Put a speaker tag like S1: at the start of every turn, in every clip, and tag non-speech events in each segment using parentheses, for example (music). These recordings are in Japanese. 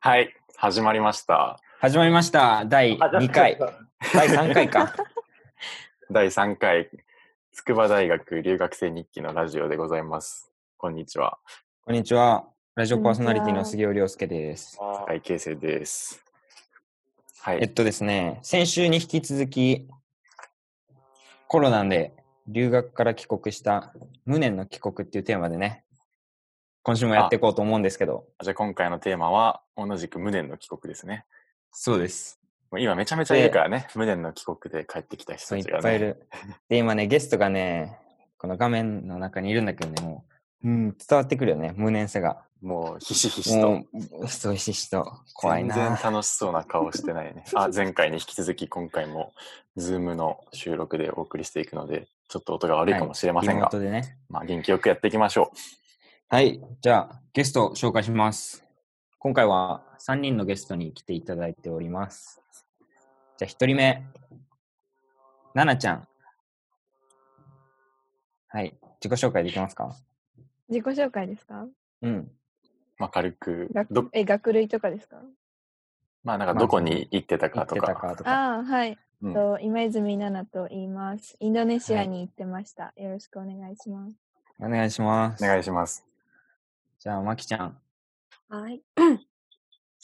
S1: はい、始まりました。
S2: 始まりました。第2回。第3回か。
S1: 第3回、筑波大学留学生日記のラジオでございます。こんにちは、
S2: (laughs) こんにちは。ラジオパーソナリティ
S3: こん
S2: の
S3: にちは
S2: 杉尾亮介です。
S1: 高井慶生です。は
S2: えっ
S1: い、
S2: とですね、先週に引き続き、コロナで留学から帰国した無念の帰国っていうテーマでね、今週もやっていこうと思うんですけど。
S1: じゃあ今回のテーマは、同じく無念の帰国ですね。
S2: そうです。
S1: もう今めちゃめちゃいるからね、無念の帰国で帰ってきた人
S2: そ
S1: た
S2: う、い
S1: ちが
S2: っぱいい
S1: ね。
S2: る。で、今ね、ゲストがね、この画面の中にいるんだけどね、もう、うん、伝わってくるよね、無念さが。
S1: もうひしひしと。
S2: もう、そうししと、怖いな。
S1: 全然楽しそうな顔してないね。あ、前回に引き続き今回も、ズームの収録でお送りしていくので、ちょっと音が悪いかもしれませんが、
S2: リモートでね。
S1: まあ元気よくやっていきましょう。
S2: はい、じゃあゲストを紹介します。今回は3人のゲストに来ていただいております。じゃあ1人目、ななちゃん。はい、自己紹介できますか
S3: 自己紹介ですか
S2: うん。
S1: まあ軽く、ど
S3: 学え学類とかですか
S1: まあなんかどこに行ってた
S2: 行
S1: か
S2: っ
S1: と
S2: てた
S1: か。
S2: かとか。
S3: ああ、はい。
S1: うん
S3: と今泉奈々と言います。インドネシアに行ってました。よろしくお願いします。
S2: お願いします。
S1: お願いします。
S2: じゃあ、まきちゃん。
S4: はい。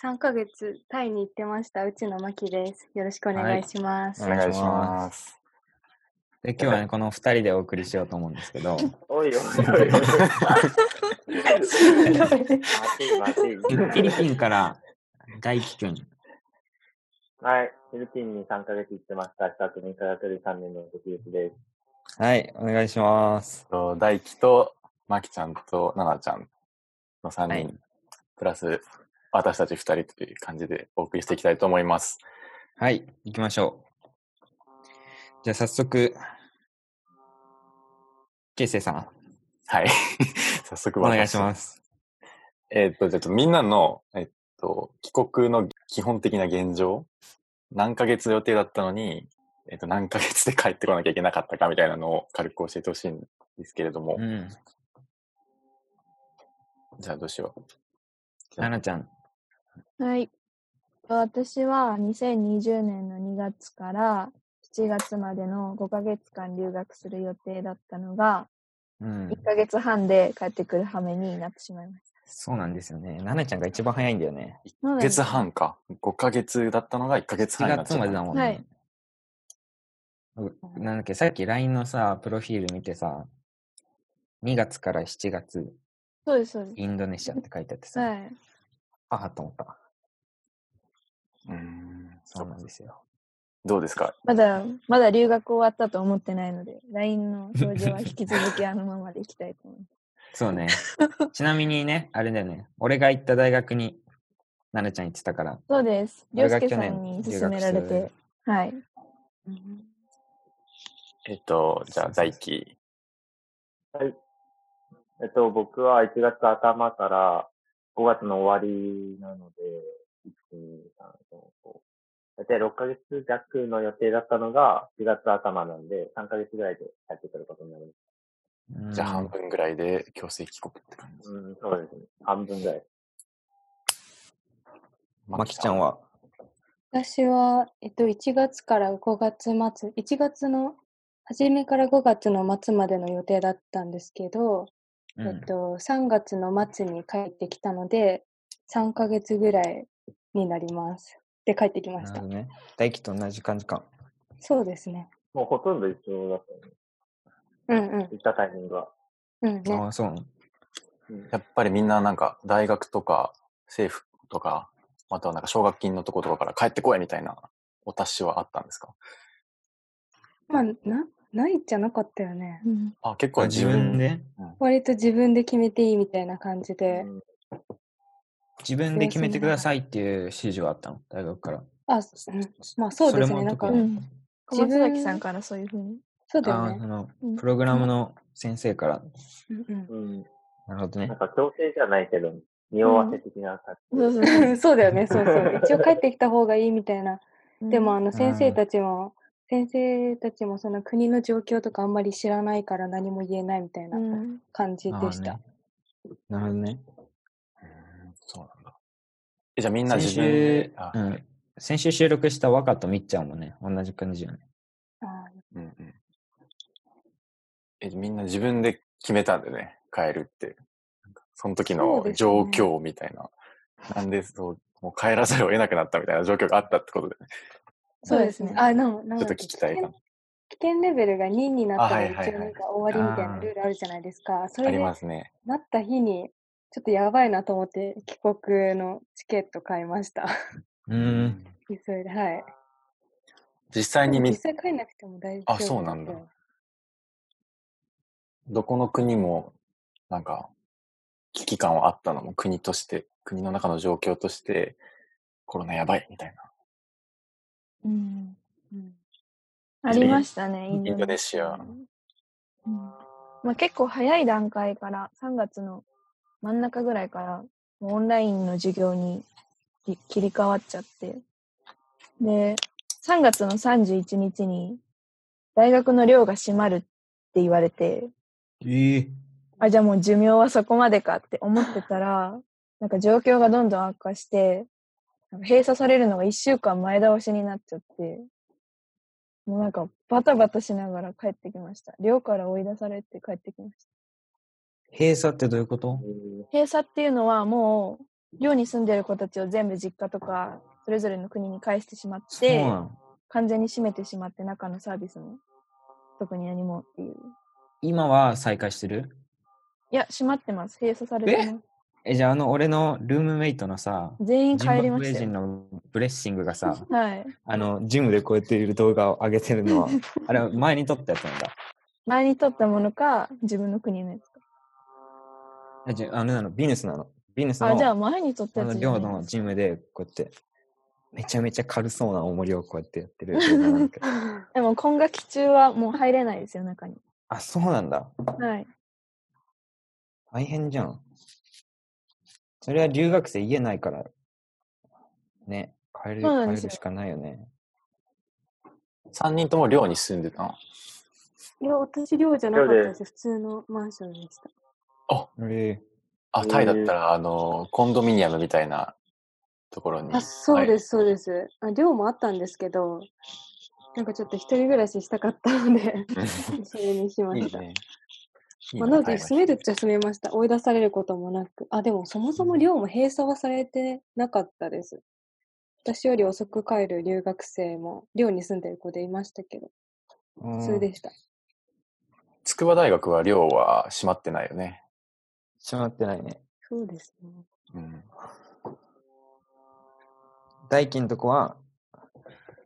S4: 3ヶ月、タイに行ってました。うちのまきです。よろしくお願いします。
S1: お
S2: はい
S1: 願いします。
S2: で今日はね、この2人でお送りしようと思うんですけど、
S5: おいおいおいおい。
S4: (laughs)
S5: まずいまずい。
S2: フィリピンから大輝くん。
S5: はい。フィリピンに3ヶ月行ってました。久しぶりに科学で3年の独立です。
S2: はい、お願いします。
S1: と大輝と、まきちゃんと、ななちゃんの3人、
S2: はい
S1: プラス、私たち2人という感じでお送りしていきたいと思います。
S2: はい、行きましょう。じゃあ早速、けいせいさん、
S1: はい。 (laughs) 早速。
S2: お願いしますす。
S1: えっと、じゃあちょっとみんなの、えっと、帰国の基本的な現状、何ヶ月予定だったのに、えっと、何ヶ月で帰ってこなきゃいけなかったかみたいなのを軽く教えてほしいんですけれども、
S2: うん、
S1: じゃあどうしよう。
S2: ななちゃん。
S3: はい。私は2020年の2月から7月までの5ヶ月間留学する予定だったのが、
S2: うん、
S3: 1ヶ月半で帰ってくる羽目になってしまいまし
S2: そうなんですよね。ななちゃんが一番早いんだよね。
S3: た。
S1: 1ヶ月半か。5ヶ月だったのが1ヶ月
S2: 7
S1: 半になっちゃっ
S2: 月
S1: た
S2: までだもんね。
S3: はい
S2: うなんだっけ、さっき LINE のさ、プロフィール見てさ、2月から7月、
S3: そうです、そうで
S2: インドネシアって書いてあって
S3: す。
S2: さ、
S3: はい。
S2: ああと思った。
S1: うーん
S2: そうなんですよ。
S1: どうですか
S3: まだ、まだ留学終わったと思ってないので、LINE の表示は引き続
S2: (laughs)
S3: きあのままでいきたいと思います。
S2: そうね。 (laughs) ちなみにね、あれだよね。俺が行った大学に、ななちゃん行ってたから、
S3: そうです。りょ
S2: 俺が
S3: うすけ
S2: 去
S3: さ
S2: 年
S3: んに勧めら
S2: 留
S3: れ、
S2: 学して
S3: はい。
S4: うん
S1: えっと、じゃあ、大輝。
S5: はい。えっと、僕は1月頭から5月の終わりなので、1、2、3、4、5。大体6ヶ月弱の予定だったのが4月頭なんで、3ヶ月ぐらいで帰ってくることになりま
S1: じゃあ、
S2: うん
S1: 半分ぐらいで強制帰国って感じ
S5: す。。うん、そうですね。半分ぐらい。
S2: まきちゃん
S1: は
S2: は
S4: 私は、えっと、1月から5月末、1月の初めから5月の末までの予定だったんですけど、
S2: う
S4: えっ
S2: ん、
S4: と、3月の末に帰ってきたので、3ヶ月ぐらいになります。で、帰ってきま
S2: な
S4: し
S2: る
S4: た
S2: ほど。ね。大輝と同じ感じか。
S4: そうですね。
S5: もうほとんど一緒だったね。
S4: うんうん。
S5: 行ったタイミングは。
S4: うんね。
S2: ああ、そうなの。
S5: うん
S1: やっぱりみんななんか、大学とか、政府とか、またはなんか奨学金のとことかから帰ってこいみたいなお達しはあったんですか
S4: まあ、な、ないじゃなかったよね。
S1: あ、結構自
S2: 自
S1: 分
S2: 分
S1: で。
S2: で
S4: 割と自分で決めていいみたいな感じで。
S5: うん
S2: 自分で決めてくださいっていう指示はあったの大学から。
S4: あ、すうんまあそうです
S2: それ
S4: ね。
S2: も
S4: なんか
S2: 特、
S3: う
S2: に
S3: ん。小松崎さんからそういうふうに。
S4: そうだ
S2: ああ
S4: よ
S2: ー、
S4: ね。
S2: その、
S3: うん
S2: プログラムの先生から。
S4: うん
S5: うん。
S2: なるほどね
S5: なん。か強制じゃないけど、匂わせ的な感じ。
S3: そうそう
S4: う
S3: そ
S4: んそうだよね。そうそう。一応帰ってきた方がいいみたいな。
S3: う。
S4: でもあ
S3: の、。
S4: の先生たちも、先生たちもその国の状況とかあんまり知らないから何も言えないみたいうなん感じ
S2: あ
S4: で
S2: ー
S4: した。
S2: ねなるほどね。
S1: うーんそうなんだ。えじゃあみんな
S2: 先
S1: 自分で
S2: 週、
S1: あ
S2: う
S1: は
S2: ん
S1: い、
S2: 先週収録した若とみっちゃんもね、同じ感じよね。
S4: あ
S1: うんうんえみんな自分で決めたんでね、変えるって。なんかその時
S4: そう
S1: の
S4: ですね
S1: 状況みたいな。なんでそう、もう帰らざるを得なくなったみたいな状況があったってことで、ね、
S4: そうですね。あ、なんなん
S1: ちょっ
S4: だっ
S1: と
S4: け
S1: 聞きたいかな。
S4: 危険レベルが2になった
S1: あは
S4: ら
S1: い
S4: 一応
S1: はいはい
S4: なんか終わりみたいなルールあるじゃないですか。そ
S1: あ
S4: れ
S1: り
S4: で
S1: ますね。
S4: なった日に、ちょっとやばいなと思って、帰国のチケット買いました。 (laughs)
S2: うん。
S4: 急いで、はい。
S1: 実際
S4: で
S1: に
S4: も
S1: み
S4: 実際帰んなくても大丈夫。
S1: あそうなんだどこの国も、なんか、危機感はあったのも国として、国の中の状況として、コロナやばいみたいな。
S3: うん。
S4: うん。
S3: ありましたね、イ
S1: イン
S3: ン
S1: ド
S3: ド
S1: ネ
S3: ネ
S1: シア。
S3: うんまあ、結構早い段階から3月の真ん中ぐらいからもうオンラインの授業にき切り替わっちゃってで3月の31日に大学の寮が閉まるって言われて
S2: ええ
S3: あじゃあもう寿命はそこまでかって思って
S2: (laughs)
S3: たらなんか状況がどんどん悪化してなんか閉鎖されるのが1週間前倒しになっちゃってもうなんかバタバタしながら帰ってきました寮から追い出されて帰ってきました
S2: 閉鎖ってどういうこと
S3: 閉鎖っていうのはもう寮に住んでる子たちを全部実家とかそれぞれの国に返してしまっ
S2: そう
S3: て
S2: なの
S3: 完全に閉めてしまって中のサービスも特に何もっていう
S2: 今は再開してる
S3: いや閉まってます閉鎖されてます
S2: え、じゃああの俺のルームメイトのさ、
S3: 全員
S2: ジ
S3: 帰
S2: ン
S3: り
S2: バ
S3: ま
S2: ブエ
S3: した
S2: 人
S3: よ
S2: のブレッシングがさ、
S3: はい
S2: あの、ジムでこうやっている動画を上げてるのは、あれ前に撮ったやつなんだ。
S3: 前に取ったものか自分の国のやつか
S2: あじゃああれなの、ビーネスなの。ビーネスの、
S3: あじゃあ前に取った
S2: あ
S3: や
S2: の
S3: つじゃ
S2: 寮
S3: ない
S2: の
S3: です
S2: ジムでこうやって、めちゃめちゃ軽そうな重りをこうやってやって
S3: (laughs)
S2: る動画なんだけど。
S3: でも今学期中はもう入れないですよ中に
S2: あ、そうなんだ。
S3: はい
S2: 大変じゃん。それは留学生家ないから、ね、帰る、
S3: そうなんで
S2: 帰
S3: す
S2: る
S3: よ
S2: しかないよね。
S1: 3人とも寮に住んでたの。
S4: いや、私寮じゃなかったです。普通のマンションでした。
S2: え
S1: あ、タイだったら、あの、コンドミニアムみたいなところに。。
S4: あ、そうですす、そうです。あ寮もあったんですけど、なんかちょっと一人暮らししたかったので、 (laughs) それにしま (laughs)
S1: い
S4: し
S1: い
S4: た。
S1: ね。いい
S4: まあ、なの
S1: タイ
S4: で、
S1: は
S4: 住めるっちゃ住めました。追い出されることもなく。あ、でも、そもそも寮も閉鎖はされてなかったです。私より遅く帰る留学生も、寮に住んでる子でいましたけど、
S2: ー、う
S4: 普通
S2: ん。
S4: でした。
S1: 筑波大学は寮は閉まってないよね。
S2: しまってないね。
S4: そうです (laughs) ね。
S1: うん。
S2: 大輝のとこは、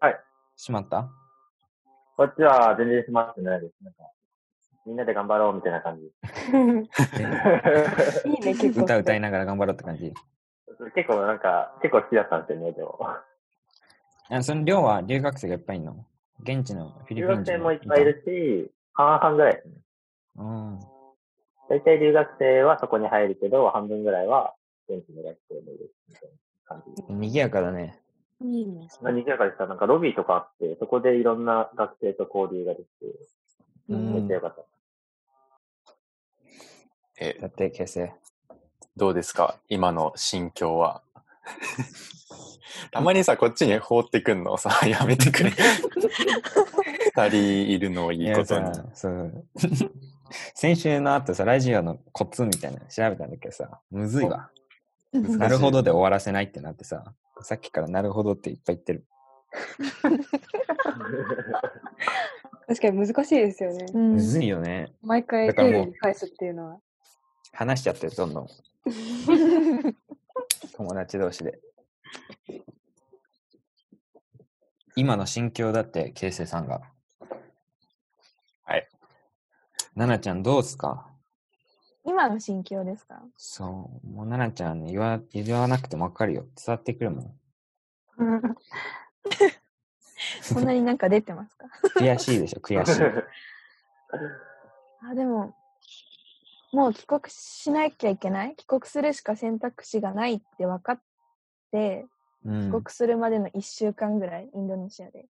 S5: はい。
S2: しま
S5: (laughs)
S2: った
S5: こっちは全然閉まってないです。なんか、みんなで頑張ろうみたいな感じ。
S4: (laughs) いいね、結構。
S2: 歌歌いながら頑張ろうって感じ。
S5: (laughs) 結構なんか、結構好きだったんですよね、でも。
S2: あその寮は留学生がいっぱいいるの現地のフィリ
S5: 留
S2: ピン
S5: 学
S2: 人
S5: 生もいっぱいいるし、半々ぐらいですね。
S2: た。うん。
S5: 大体留学生はそこに入るけど、半分ぐらいは現地の学生もいるしみたいな感じ。
S2: 賑やかだね。
S4: いいね。
S5: まあ、賑やかでした。なんかロビーとかあって、そこでいろんな学生と交流ができて、
S2: う
S5: めっ
S2: ん
S5: ちゃ。よかった。
S1: え、
S2: だって、形成。
S1: どうですか今の心境は。たまにさ、こっちに放ってくんのをさ、やめてくれ。二人いるのをいいことに。
S2: やさそう。 (laughs) 先週の後さ、ラジオのコツみたいなの調べたんだけどさ、むずいわ。
S1: 難しい
S2: なるほどで終わらせないってなってさ、さっきからなるほどっていっぱい言ってる。
S4: 確かに難しいですよね。
S3: うん
S2: むずいよね。
S4: 毎
S2: だ
S4: 回
S2: か
S4: 丁
S2: らもう
S4: 寧に返すっていうのは。
S2: 話しちゃってる、どんどん。友達同士で。今の心境だって、ケイセイさんが。
S1: はい。
S2: ななちゃんどうっすか
S3: 今の心境ですか
S2: そう、もうななちゃんね、言わ言わなくてもわかるよ。伝わってくるもん。
S3: そんなになんか出てますか
S2: 悔しいでしょ、悔しい。
S3: あでももう帰国しなきゃいけない帰国するしか選択肢がないって分かって
S2: う
S3: 帰
S2: ん
S3: 国。するまでの1週間ぐらいインドネシアで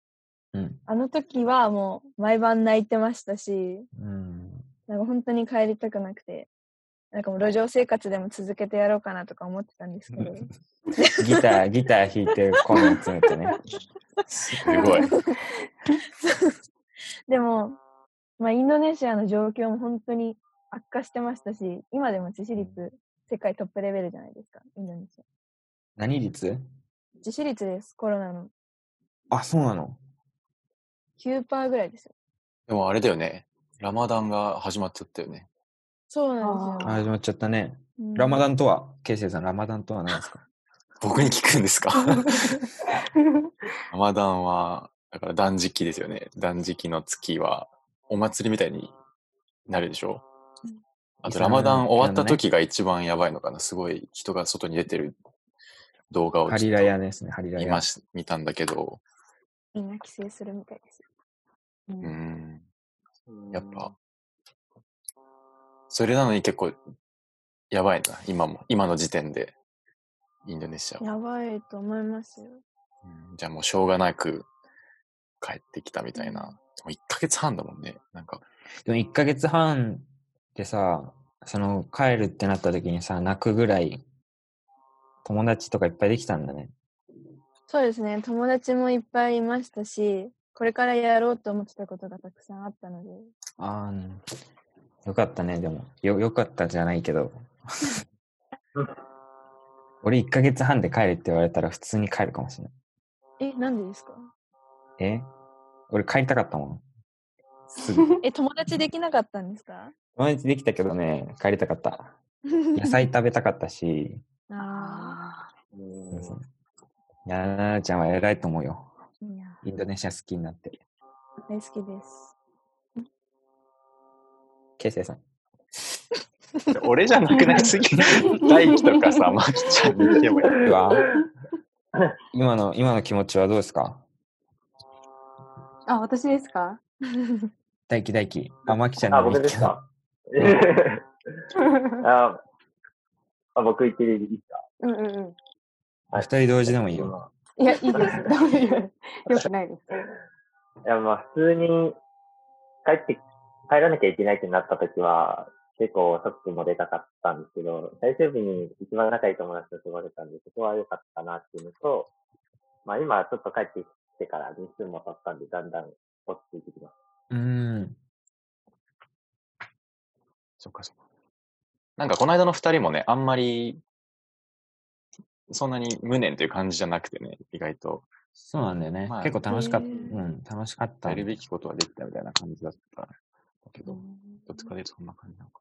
S2: うん。
S3: あの時はもう毎晩泣いてましたし
S2: うん。
S3: なんか本当に帰りたくなくてなんかもう路上生活でも続けてやろうかなとか思ってたんですけど、
S2: ギター、ギター弾いてるコメントってね。
S1: すごい。
S3: でも、まあ、インドネシアの状況も本当に悪化してましたし、今でも致死率世界トップレベルじゃないですか、インドネシア。
S2: 何率
S3: 致死率です、コロナの
S2: あ、そうなの
S3: 9%ぐらいですよ。
S1: でもあれだよね。ラマダンが始まっちゃったよね。
S3: そうなんです
S2: あ
S3: よ。
S2: 始まっちゃったね。
S3: うん
S2: ラマ
S3: (laughs)
S2: ダンとは、ケイセイさん、ラマダンとは何ですか
S1: 僕に聞くんですか
S3: (laughs)
S1: ラマダンは、だから断食ですよね。断食の月は、お祭りみたいになるでしょ
S3: うん
S1: あと、ラマダン終わった時が一番やばいのかな。すごい人が外に出てる動画を
S2: ハ
S1: ち
S2: リ
S1: ょっ
S2: ラ
S1: と
S2: ヤですね、ハリラ
S1: 見
S2: ヤ
S1: ま。し、見たんだけど、
S3: みんな帰省するみたいです。
S1: うーん、
S5: うん
S1: やっぱ、それなのに結構、やばいな。今も、今の時点で、インドネシアは。
S3: やばいと思いますよ。
S1: うんじゃあもうしょうがなく帰ってきたみたいな。でも1ヶ月半だもんね。なんか、
S2: でも1ヶ月半でさ、その、帰るってなった時にさ、泣くぐらい、友達とかいっぱいできたんだね。
S3: そうですね、友達もいっぱいいましたし、これからやろうと思ってたことがたくさんあったので、
S2: あー、よかったね、でも。よ、よかったじゃないけど。 (laughs) 俺1ヶ月半で帰れって言われたら普通に帰るかもしれない。
S3: え、なんでですか
S2: え俺帰りたかったもん。すぐ。
S3: え、友達できなかったんですか
S2: 友達できたけどね、帰りたか (laughs) った。野菜食べたかったし、
S3: ああ、
S4: あ
S5: うん
S2: いや、な々ちゃんは偉いと思うよ。
S3: いや、
S2: インドネシア好きになって。
S3: 大好きです。
S2: ケイセイさん。
S1: 俺じゃなくなりすぎ。 (laughs) 大輝とかさ、まきちゃんに行けばいい。
S2: うわ今の、今の気持ちはどうですか
S4: ーあ、私ですか
S2: 大輝大輝。あ、まきちゃん
S5: あ、
S2: もい
S5: 僕
S2: い
S5: で
S2: け
S5: す
S2: ど。
S5: か (laughs) ああ、僕行っていいですか
S4: うんうんう
S2: 二人同時でもいいよ。
S4: ん。いや、いいです。ダメよ。よくないです。
S5: いや、まあ、普通に帰って、帰らなきゃいけないってなった時は、結構遅くも出たかったんですけど、最終日に一番仲いい友達と過ごれたんで、そこは良かったなっていうのと、まあ今はちょっと帰ってきてから日数も経ったんで、だんだん落ち着いてきます。
S2: うーん。
S1: そっかそっか。なんかこの間の二人もね、あんまり、そんなに無念という感じじゃなくてね、意外と、
S2: そうなんだよね。
S1: まあ
S2: 結構楽しかった。
S3: へー
S2: うん、楽しかった。
S1: やるべきことはできたみたいな感じだったんだけど、どっちかでそんな感じなのか。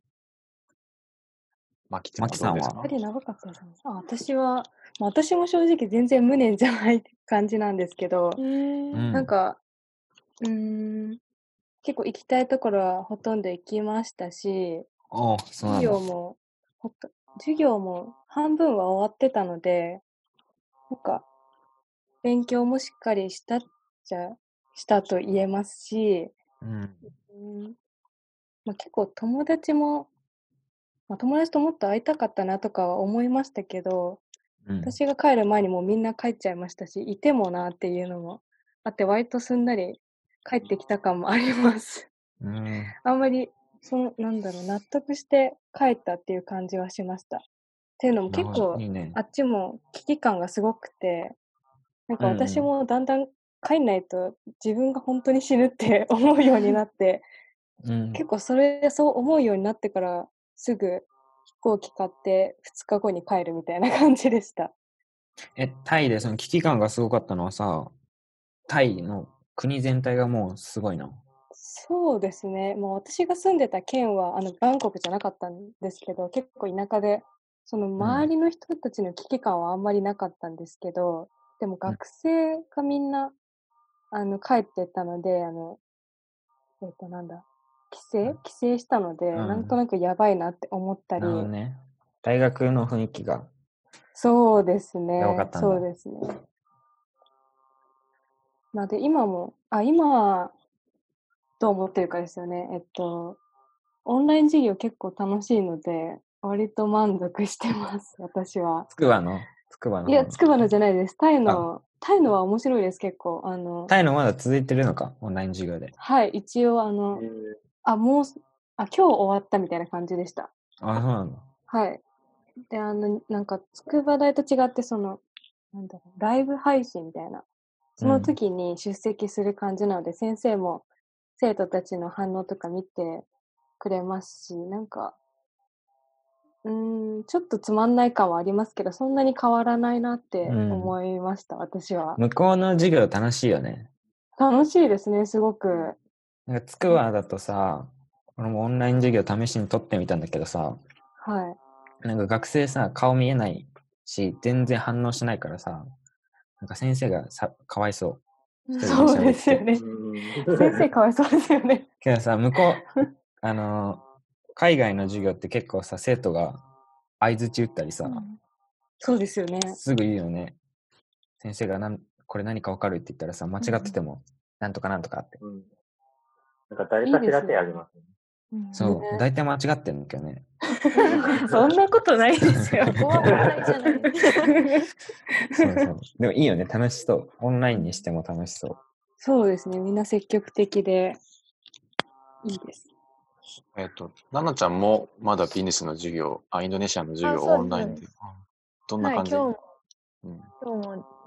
S1: まきちゃんはどうですか
S2: ま
S4: あれ長かったですね。あ、私は、まあ、私も正直全然無念じゃない感じなんですけど、
S3: えー
S2: うん
S4: なんか、うーん、結構行きたいところはほとんど行きましたし、
S2: おうそうなんだ
S4: 授業。も、ほと授業も半分は終わってたので、なんか、勉強もしっかりしたっちゃ、したと言えますし、
S2: うん。
S4: うんまあ、結構友達も、まあ、友達ともっと会いたかったなとかは思いましたけど、
S2: うん、
S4: 私が帰る前にもうみんな帰っちゃいましたし、いてもなっていうのもあって、割とすんなり帰ってきた感もあります。
S2: うん。
S4: (laughs) あんまり、その、なんだろう、納得して帰ったっていう感じはしました。っていうのも
S2: なる
S4: 結
S2: ほど
S4: 構
S2: い、いね
S4: あ。っちも危機感がすごくて、なんか
S2: うんうん
S4: 私もだんだん帰んないと自分が本当に死ぬって (laughs) 思うようになって、
S2: うん。
S4: 結構それ、そう思うようになってからすぐ飛行機買って2日後に帰るみたいな感じでした。
S2: え、タイでその危機感がすごかったのはさ、タイの国全体がもうすごいな。
S4: そうですね。もう私が住んでた県は、あの、バンコクじゃなかったんですけど、結構田舎で、その周りの人たちの危機感はあんまりなかったんですけど、でも学生がみんな、あの、帰ってったので、あの、えっ、と、なんだ、帰省帰省したので、
S2: ん
S4: なんとなくやばいなって思った
S2: な
S4: り、
S2: るほどね。大学の雰囲気が。
S4: そうですね
S2: やばかった。んだ
S4: そうですね。なので、今も、あ、今は、どう思ってるかですよね。えっと、オンライン授業結構楽しいので、割と満足してます、私は。
S2: つくばのつくばの。
S4: いや、筑波のじゃないです。タイの、タイのは面白いです、結構。あの、
S2: タイのまだ続いてるのか、オンライン授業で。
S4: はい、一応、あの、あ、もう、あ、今日終わったみたいな感じでした。
S2: あ、そうなんだ。
S4: はい。で、あの、なんか、筑波大と違って、その、なんだろう、ライブ配信みたいな。その時に出席する感じなので、先生も生徒たちの反応とか見てくれますし、なんか、うーん、ちょっとつまんない感はありますけど、そんなに変わらないなって
S2: うん
S4: 思いました、私は。
S2: 向こうの授業楽しいよね。
S4: 楽しいですね、すごく。
S2: なんか、つくばだとさ、俺もオンライン授業試しに取ってみたんだけどさ、
S4: はい。
S2: なんか学生さ、顔見えないし、全然反応しないからさ、なんか先生がさ、かわいそう。一人
S4: そう
S2: で喋
S4: で
S2: って
S4: すよね。先生かわいそうですよね。
S2: けどさ、向こう、あのー海外の授業って結構さ、生徒が相づち打ったりさ、
S4: そうですよね。
S2: すぐ言うよね。先生がなん、これ何かわかるって言ったらさ、間違ってても、なんとかなんとかって。
S5: うんなんか誰かしら手あげますね。
S2: そう
S4: ね、
S2: 大体間違ってんだけどね。
S4: (laughs) そんなことないですよ。
S3: 怖いじゃない。
S2: そうそう。でもいいよね、楽しそう。オンラインにしても楽しそう。
S4: そうですね。みんな積極的で、いいです。
S1: えっ、と、ななちゃんもまだビーネスの授業、あ、インドネシアの授業
S3: あそうです
S1: オンラインで。あどんな
S3: はい、今
S1: 感じ、
S3: 日も、
S1: うん
S3: 今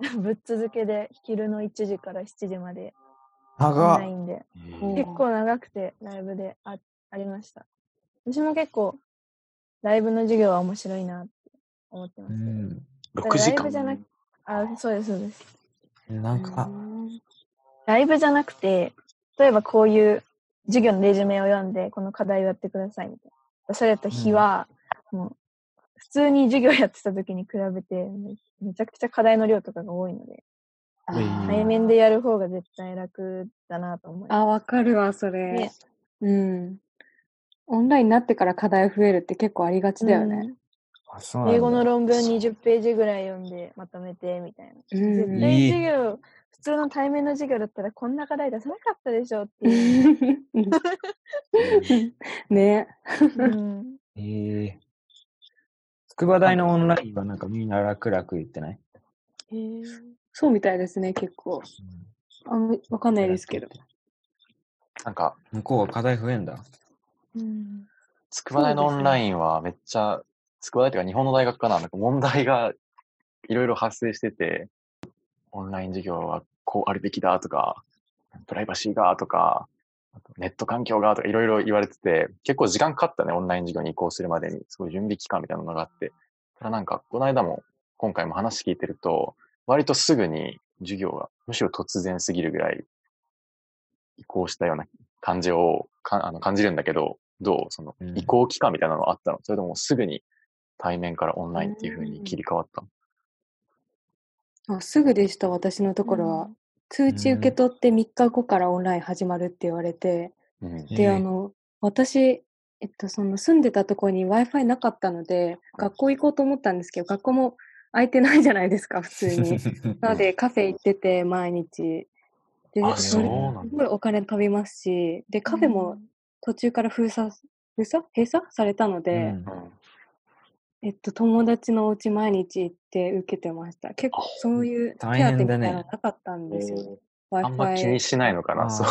S3: 日もぶっ続けで昼の1時から7時までオン
S2: 長
S3: ラインで、
S1: え
S4: うん
S1: ー
S3: 結構長くてライブであありました。私も結構ライブの授業は面白いなって思ってま
S2: う
S3: すけど。
S2: ん。
S1: 6時
S3: ライブじゃな
S1: 間
S3: く。あ、そうです、そうです。
S2: なんか、
S3: ライブじゃなくて、例えばこういう授業のレジュメを読んで、この課題をやってくださいみたいな。出された日は、もう、普通に授業やってた時に比べてめ、めちゃくちゃ課題の量とかが多いので、
S4: あ
S1: うん
S3: 対面でやる方が絶対楽だなと思いま
S4: あ、わかるわ、そ
S3: す。
S4: れ、
S3: ね
S4: うん。オンラインになってから課題増えるって結構ありがちだよね。
S2: あ、そう
S3: う
S2: なん
S3: ん
S2: だ。
S3: 英語の論文20ページぐらい読んでまとめてみたいな。
S4: うん
S3: 絶
S2: い
S3: 対
S2: い
S3: 授業、普通の対面の授業だったらこんな課題出さなかったでしょって
S4: (laughs)
S3: いう。
S4: ね。
S3: うん
S2: えー。筑波大のオンラインはなんかみんな楽々言ってない、
S3: へー
S4: そうみたいですね、結構。あんまわかんないですけど。
S1: なんか、
S2: 向こうは課題増えん
S4: (laughs)
S2: だ。
S3: うん
S1: 筑波大の
S4: そ
S1: オ
S4: うですね
S1: ンラインはめっちゃ、筑波大というか日本の大学かな、なんか問題がいろいろ発生してて、オンライン授業はこうあるべきだとか、プライバシーがとか、あとネット環境がとかいろいろ言われてて、結構時間かかったね、オンライン授業に移行するまでに。すごい準備期間みたいなのがあって。ただなんか、この間も今回も話聞いてると、割とすぐに授業が、むしろ突然すぎるぐらい移行したような感じをかあの感じるんだけど、どうその
S2: うん
S1: 移行期間みたいなのあったの、それともすぐに対面からオンラインっていう風に切り替わったの、
S4: あすぐでした、私のところは。通知受け取って3日後からオンライン始まるって言われて。
S1: うん
S4: で、
S2: えー
S4: あの、私、えっと、その住んでたとこに Wi-Fi なかったので、学校行こうと思ったんですけど、学校も空いてないじゃないですか、普通
S2: (laughs)
S4: に。なので、カフェ行ってて、毎日。で、
S1: あ、
S4: そ
S1: そう
S4: れ、
S1: な
S4: す
S1: んだ。
S4: ごいお金飛びますし、で、カフェも途中から封鎖、封鎖閉鎖されたの
S2: う
S4: で、
S2: ん
S4: えっと、友達のお家毎日行って受けてました。結構、そういう手当
S2: 大
S4: みたい
S2: 変
S4: な
S2: だね
S4: のなかったんですよ。
S1: あんま気
S4: Wi-Fi
S1: にしないのか
S2: あ
S1: な、
S2: ー
S1: そう。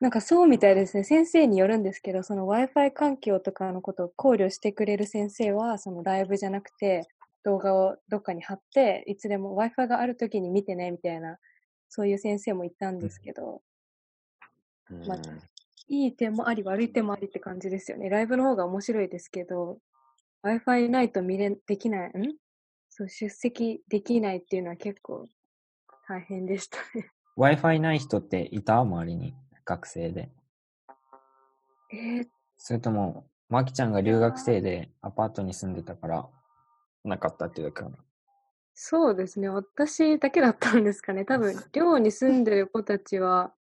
S4: なんかそうみたいですね。先生によるんですけど、その Wi-Fi 環境とかのことを考慮してくれる先生は、そのライブじゃなくて、動画をどっかに貼って、いつでも Wi-Fi があるときに見てね、みたいな、そういう先生もいたんですけど、
S1: うん
S4: まあいい点もあり、悪い点もありって感じですよね。ライブの方が面白いですけど、Wi-Fi ないと見れ、できない、んそう、出席できないっていうのは結構大変でしたね。
S2: Wi-Fi ない人っていた周りに、学生で。
S4: (laughs) えー、
S2: それとも、まきちゃんが留学生でアパートに住んでたから、なかったっていうだけかな。
S4: そうですね。私だけだったんですかね。多分、寮に住んでる子たちは、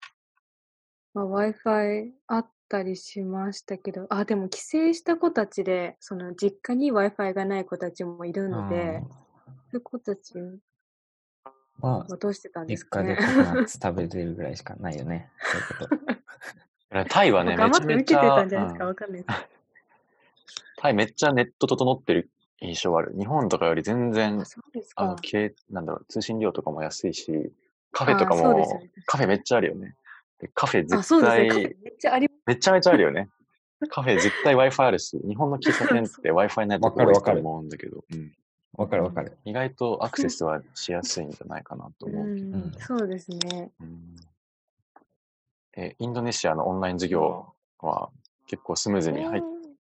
S4: まあ、Wi-Fi あったりしましたけど、あ、でも帰省した子たちで、その実家に Wi-Fi がない子たちもいるので、そういう子たち
S2: うんまあ
S4: は、どうしてたんです
S2: 実
S4: か
S2: 家で
S4: ね
S2: コ。コナッツ食べてるぐらいしかないよ
S4: (laughs)
S2: ね。そういうこと。
S1: タイはね、め
S4: 頑
S1: ちゃ
S4: 張って
S1: め
S4: 受
S1: ち
S4: けて
S1: ゃ、
S4: たんじゃないですか。
S1: うん
S4: わかんないです。
S1: タイめっちゃネット整ってる印象ある。日本とかより全然
S4: あ、、そうです
S1: あの、
S4: か。
S1: けなんだろう、通信料とかも安いし、カフェとか
S4: あそうですよ
S1: も
S4: ね、
S1: カフェめっちゃあるよね。でカフェ
S4: あ、そ
S1: 絶
S4: うですね。カフ
S1: 対
S4: ェ、めっちゃあり
S1: めちゃめちゃあるよね。カフェ絶対 Wi-Fi あるし、日本の喫茶店って Wi-Fi ないとこ多いと思うんだけど、うん
S2: わかるわかる。
S1: 意外とアクセスはしやすいんじゃないかなと
S4: う
S1: 思う。
S4: ん、そうですね。
S1: うんえ、インドネシアのオンライン授業は結構スムーズに入っ
S3: うん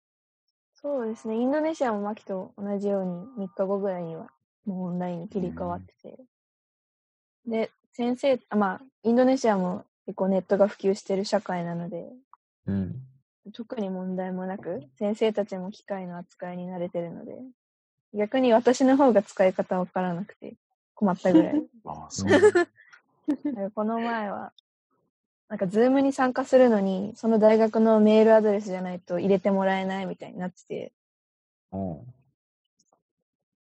S3: そうですね、インドネシアもマキと同じように3日後ぐらいにはもうオンラインに切り替わってて。で、先生、あまあ、インドネシアも結構ネットが普及してる社会なので、
S2: うん。
S3: 特に問題もなく、先生たちも機械の扱いに慣れてるので、逆に私の方が使い方わからなくて困ったぐら
S1: (laughs)
S3: い。
S1: ああそう。
S3: なんかこの前は、なんか、ズームに参加するのに、その大学のメールアドレスじゃないと入れてもらえないみたいになってて、
S2: おう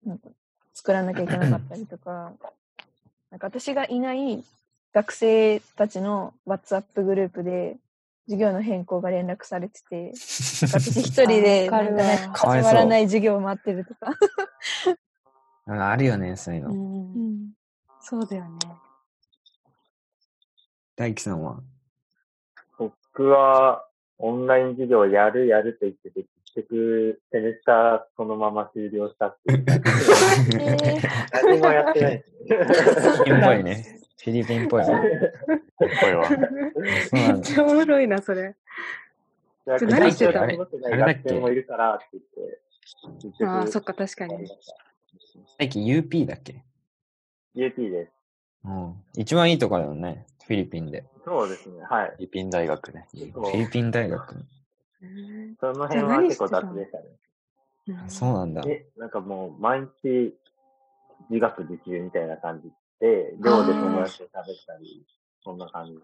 S3: なんか作らなきゃいけなかったりと (clears throat) か、なんか私がいない学生たちの WhatsApp グループで、授業の変更が連絡されてて、私一人 (laughs) で
S4: あわ
S3: な
S4: かる
S3: んか
S4: わ
S3: ね
S2: かわい
S3: 始
S2: そう
S3: まらない授業を待ってるとか。
S2: なんかあるよね、そういうの。
S4: うん、そうだよね。
S2: 大輝さんは。
S5: 僕は、オンライン授業やるやると言ってて、結局、セメスターそのまま終了したって
S4: (laughs)
S5: いう感じで
S3: えー
S5: 何もやってないです
S2: フィリピンっぽいね。フィリピンっぽ
S1: こ
S2: いわ。
S1: れは。
S2: そうな
S4: め
S2: ん
S4: っ
S2: だ
S4: ちゃおもろいな、それ。
S5: ね。
S4: じゃあ何してた
S5: 学生
S2: あれだっけ
S5: 学生もいるからって言って、結局
S4: ああ、そっか、確か
S5: 終わり
S4: に
S5: ま。した
S2: 大輝 UP だっけ
S5: UT です。
S2: うん。一番いいとこだよね。フィリピンで。
S5: そうですね、はい。
S1: リピン大学ね。
S5: 結
S2: フ
S5: 構
S2: ィ、リピン大学。
S4: うん
S5: その辺は結構雑でしたね。
S2: あそうなんだ。
S5: で、なんかもう、毎日、自学自習みたいな感じで、寮で友達と食べたり、そんな感じ。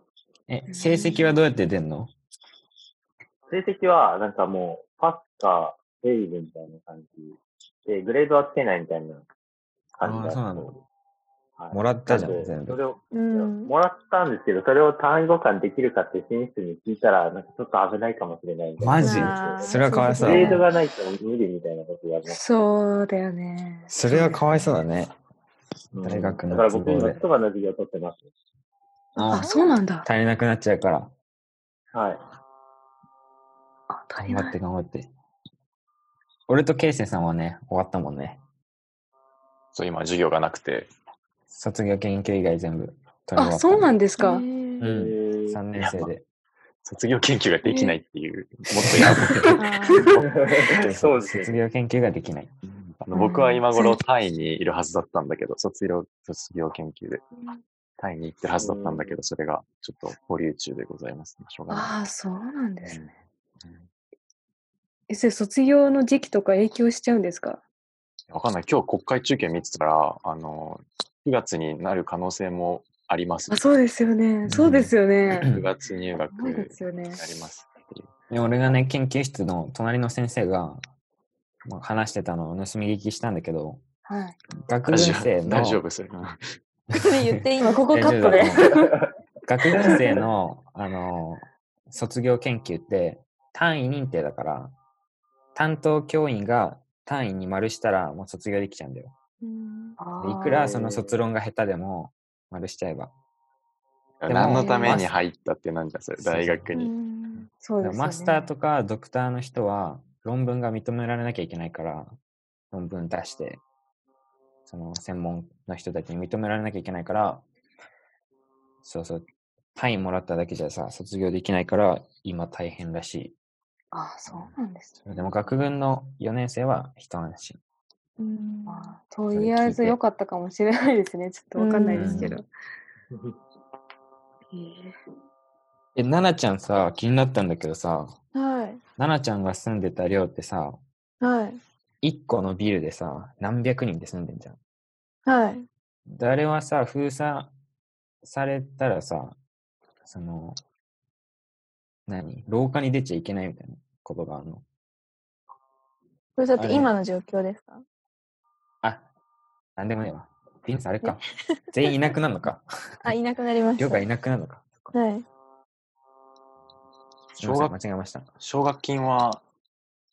S2: え、成績はどうやって出んの
S5: 成績は、なんかもう、パスか、レイブみたいな感じで、グレードはつけないみたいな感じ
S2: あーそうな
S5: だっ
S2: ん
S5: た
S2: だ
S5: そうです。はい
S2: もらったじゃ
S5: なん
S2: ん、
S5: で
S2: 全
S5: そ
S2: 部。
S5: れを、
S3: うん。
S5: もらったんですけど、それを単位互換できるかって選手に聞いたら、なんかちょっと危ないかもしれないみたいな。
S2: マジ
S3: あー
S2: それはかわい
S5: グ
S2: そうだ
S5: レード
S2: ね。
S5: がないと無理みたいなこと言われました。
S4: そうだよね。
S2: それはかわいそうだね。
S5: うん
S2: 大学の
S5: だから僕
S2: 都合で
S5: 今、そばの授業取ってます。
S4: あ、そうなんだ。
S2: 足りなくなっちゃうから。
S5: はい。
S4: あ、足り
S2: 頑張
S4: な
S2: って
S4: い。
S2: 頑張って。俺とケイセイさんはね、終わったもんね。
S1: そう、今授業がなくて、
S2: 卒業研究以外全部取り終わ
S4: あ、
S2: った
S4: そうなんんです
S2: う
S4: か。
S1: え
S2: ん。
S1: ー
S5: (laughs)
S2: 3年生で。
S1: 卒業研究ができないっていう、もっとやばい。
S3: あ
S2: そう
S5: そ
S2: そうう
S5: です
S2: 卒
S5: ね。
S2: 業研究ができない。
S1: あの僕は今頃タイにいるはずだったんだけど、卒業、卒業研究でタイに行ってるはずだったんだけど、それがちょっと保留中でございますね。しょうがない。
S4: ああ、そうなんです
S1: う
S4: ね。
S1: ん
S4: え、それ卒業の時期とか影響しちゃうんですか
S1: わかんない。今日国会中継見てたら、あの、9月になる可能性もあります、
S4: あ、そうですよね。そうですよね。
S1: 9月入学
S4: そう
S1: に
S4: ですよね
S1: な。りますっていう。
S2: で、俺がね、研究室の隣の先生が、まあ話してたのを盗み聞きしたんだけど、
S4: はい。
S2: 学
S1: 大
S2: 軍
S1: 丈
S2: 生
S1: 夫、
S2: の、
S1: 大丈夫、それ。
S3: ー言っていいの
S4: 今、ここ
S2: 大
S4: カ
S2: 丈
S4: ッ
S2: 夫
S4: ト
S2: だ
S4: で
S2: と。思う
S4: (laughs)
S2: 学軍生の、あの、卒業研究って単位認定だから、担当教員が単位に丸したらもう卒業できちゃうんだよ。
S3: うん
S2: でい
S4: あ
S2: く
S4: あ
S2: らその卒論が下手でも丸しちゃえば。でも
S1: 何のために入ったってなんじゃん、それ、大学
S3: う
S1: に。
S3: ん
S4: そうですよね。
S2: マスターとかドクターの人は論文が認められなきゃいけないから、論文出して、その専門の人たちに認められなきゃいけないから、そうそう、単位もらっただけじゃさ、卒業できないから、今大変らしい。
S4: ああ、そうなんですね。
S2: でも学軍の4年生は一安心。
S3: うん
S4: ああ、と
S2: それ聞いて
S4: りあえず良かったかもしれないですね。ちょっとわかんないですけど。へえ
S2: え、奈々ちゃんさ、気になったんだけどさ、
S3: はい。
S2: 奈々ちゃんが住んでた寮ってさ、
S3: はい。
S2: 1個のビルでさ、何百人で住んでんじゃん。
S3: はい。
S2: 誰はさ、封鎖されたらさ、その、何廊下に出ちゃいけないみたいなことがあるの。
S3: それだっ
S2: あ
S3: て
S2: れ
S3: 今の状況ですか
S2: あ、なんでもねえわ。ビンさんあれか。 (laughs) 全員いなくなるのか。
S3: あ、いなくなりまし
S2: 寮が
S3: た。はいい。
S2: なくなるの (laughs) か。そっかすい
S1: 奨
S2: ません
S1: 学
S2: 間違えました。
S1: 奨学金は、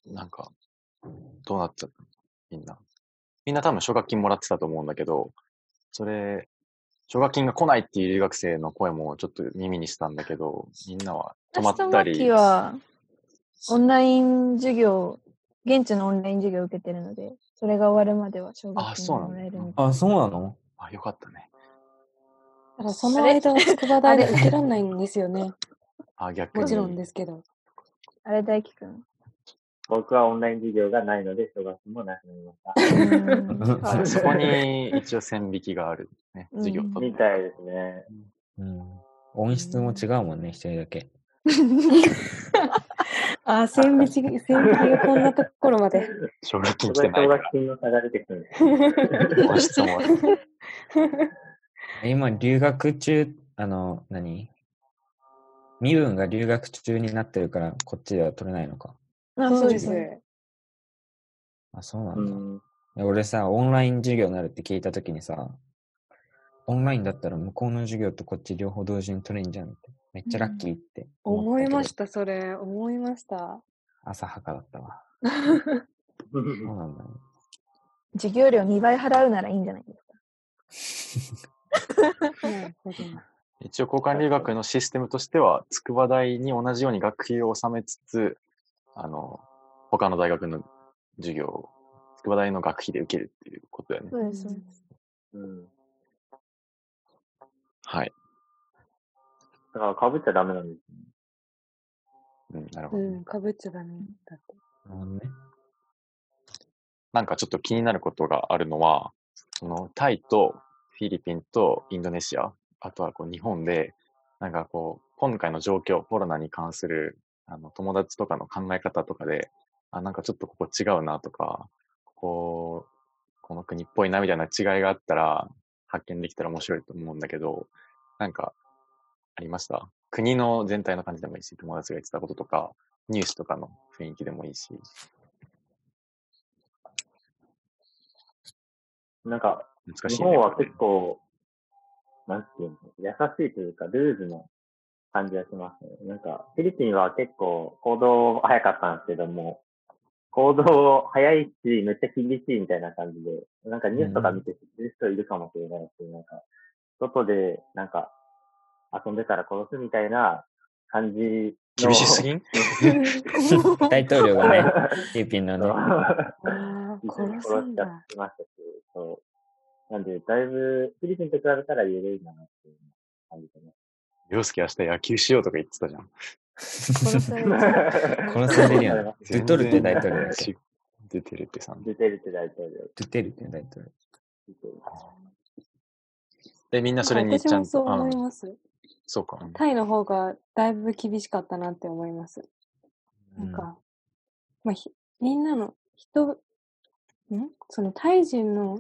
S1: なんか、どうなっちゃったのみんな。みんな多分奨学金もらってたと思うんだけど、それ、奨学金が来ないっていう留学生の声もちょっと耳にしたんだけど、みんなは泊ま
S3: 私
S1: っ
S3: と
S1: た
S3: マ
S1: り、
S3: キは、オンライン授業、現地のオンライン授業を受けてるので、それが終わるまでは奨学
S1: あそう
S3: 金
S1: なんだ
S3: がもらえるので。
S2: あ、そうなの
S1: あ、よかったね。
S4: ただその間は筑波大で
S3: あれ
S4: 受けられないんですよね。
S1: あ、逆に。
S4: もちろんですけど。
S3: あれ、大輝くん。
S5: 僕はオンライン授業がないので、奨学金もなくなりました。
S3: うんかわい
S1: あ
S3: い
S1: そこに一応線引きがある、ね、
S3: うん
S1: 授業と、
S5: みたいですね。
S2: うん。音質も違うもんね、一人だけ。
S4: ああ、線 (laughs) 引き、線引きがこんなところま (laughs) で。
S1: 奨学金
S5: そ
S1: 来
S5: こ
S1: て
S5: で
S1: ない
S5: 奨
S1: か
S5: 学
S1: ら、
S5: 金の差が出てくるんです。
S1: 音質も悪い。
S2: 今、留学中、あの、何身分が留学中になってるから、こっちでは取れないのか。
S3: あ
S4: そうで
S3: ね
S4: す。
S2: あ、そうな
S5: うん
S2: だ。
S5: ん。
S2: 俺さ、オンライン授業になるって聞いたときにさ、オンラインだったら向こうの授業とこっち両方同時に取れんじゃんって。めっちゃラッキーって
S4: 思
S2: った
S4: い
S2: けど
S4: ました、それ。思いました。
S2: 浅はかだったわ。
S5: うん
S2: そうなんだね。
S3: 授業料2倍払うならいいんじゃないですか。
S4: なるほど。
S1: 一応、交換留学のシステムとしては、筑波大に同じように学費を納めつつ、あの、他の大学の授業を、筑波大の学費で受けるっていうことだよね。
S3: そうです、そうです。
S5: うん
S1: はい。
S5: だから、かぶっちゃダメなんです。
S1: うん、なるほ
S4: う
S1: ど。
S4: ん、かぶっちゃダメだって。
S2: なるほどね。
S1: なんかちょっと気になることがあるのは、そのタイとフィリピンとインドネシア、あとはこう日本で、なんかこう、今回の状況、コロナに関するあの友達とかの考え方とかで、あ、なんかちょっとここ違うなとか、ここ、この国っぽいなみたいな違いがあったら、発見できたら面白いと思うんだけど、なんか、ありました国の全体の感じでもいいし、友達が言ってたこととか、ニュースとかの雰囲気でもいいし。
S5: なんか、
S1: 難し
S5: 日
S1: いね。
S5: 本は
S1: これね
S5: 結構、なんていうの、優しいというか、ルーズな感じがしますね。なんか、フィリピンは結構行動早かったんですけども、行動早いし、めっちゃ厳しいみたいな感じで、なんかニュースとか見て知ってる人いるかもしれないし、なんか、外で、なんか、遊んでたら殺すみたいな感じの。
S1: 厳しすぎん
S3: (laughs)
S2: 大統領がね、
S5: (laughs)
S2: フィリピンの
S5: そ
S2: ね。 (laughs)
S5: う
S4: ああ、殺す
S5: 殺
S4: ん
S5: しちゃ
S4: だ。
S5: ってましたし、そう。なんで、だいぶ、フィリピンと比べたら緩いなっていう感じでね。
S1: 洋介明日野球しようとか言ってたじゃん。
S3: 殺されちゃう。
S2: 殺されるよね。
S5: (laughs)
S2: ドゥトルテ大統領だっけ
S1: し出てるってさん。
S5: 出てるって大統領。
S2: ドゥテルテ大統領。
S5: 出てる
S1: え、みんなそれに
S4: 私
S1: ちゃ
S4: も
S1: ん
S4: そう
S1: と、
S4: 思い
S1: ん、
S4: ます。
S1: そうか。うん
S4: タイの方がだいぶ厳しかったなって思います。なんか、まあひ、みんなの人、んそのタイ人の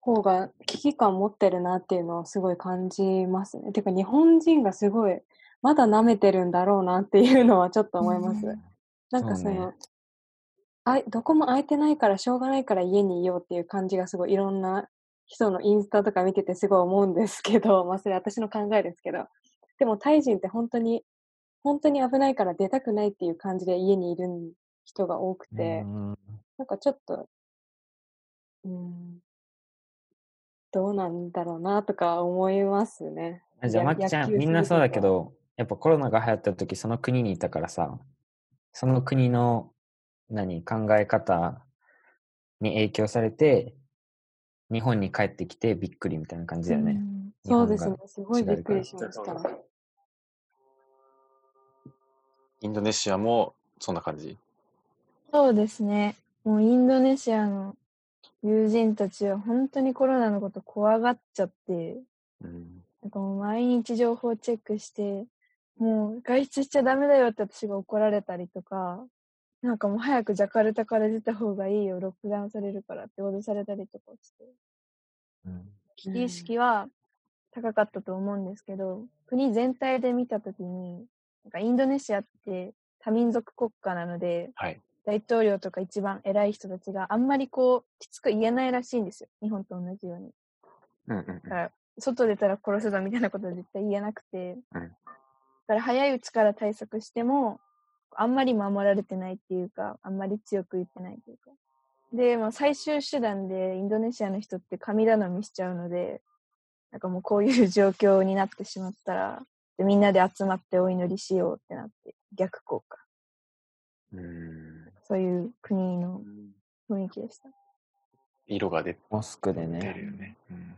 S4: 方が危機感持ってるなっていうのをすごい感じますね。てか日本人がすごい、まだ舐めてるんだろうなっていうのはちょっと思います。
S3: うん
S4: なんかそ
S2: そう
S4: の、
S2: ね
S4: あいどこも空いてないからしょうがないから家にいようっていう感じがすごいいろんな人のインスタとか見ててすごい思うんですけど、まあそれ私の考えですけど。でもタイ人って本当に、本当に危ないから出たくないっていう感じで家にいる人が多くて、
S2: うん
S4: なんかちょっと、うん、どうなんだろうなとか思いますね。
S2: あじゃあ、ま
S4: や
S2: っちゃ
S4: 野
S2: ん、
S4: 球
S2: みんな
S4: す
S2: そ
S4: る
S2: う
S4: こ
S2: だ
S4: と
S2: けど、やっぱコロナが流行った時、その国にいたからさ、その国の、何、考え方に影響されて、日本に帰ってきてびっくりみたいな感じだよね。日
S4: そう
S2: 本
S4: で
S2: が
S4: すね。すごいびっくりし
S5: 違う
S4: ま
S5: か
S4: し
S5: ら
S4: た。
S1: インドネシアもそんな感じ。
S3: そうですね。もうインドネシアの友人たちは本当にコロナのこと怖がっちゃって、
S1: うん、
S3: なんかもう毎日情報チェックして、もう外出しちゃダメだよって私が怒られたりとか、なんかもう早くジャカルタから出た方がいいよ、ロックダウンされるからって脅されたりとかして、
S2: うん
S3: 危機意識は高かったと思うんですけど、国全体で見たときに、なんかインドネシアって多民族国家なので、
S1: はい。
S3: 大統領とか一番偉い人たちがあんまりこう、きつく言えないらしいんですよ。日本と同じように。
S1: うんうん
S3: だから、外出たら殺すぞみたいなことは絶対言えなくて。
S1: うん
S3: だから、早いうちから対策しても、あんまり守られてないっていうか、あんまり強く言ってないっていうか。で、まあ、最終手段でインドネシアの人って神頼みしちゃうので、なんかもうこういう状況になってしまったら、でみんなで集まってお祈りしようってなって、逆効果。
S1: うん
S3: そういう国の
S5: うん
S3: 雰囲気でした。
S1: 色が出
S2: モスクで
S1: 出
S2: ね。
S1: るよね。うん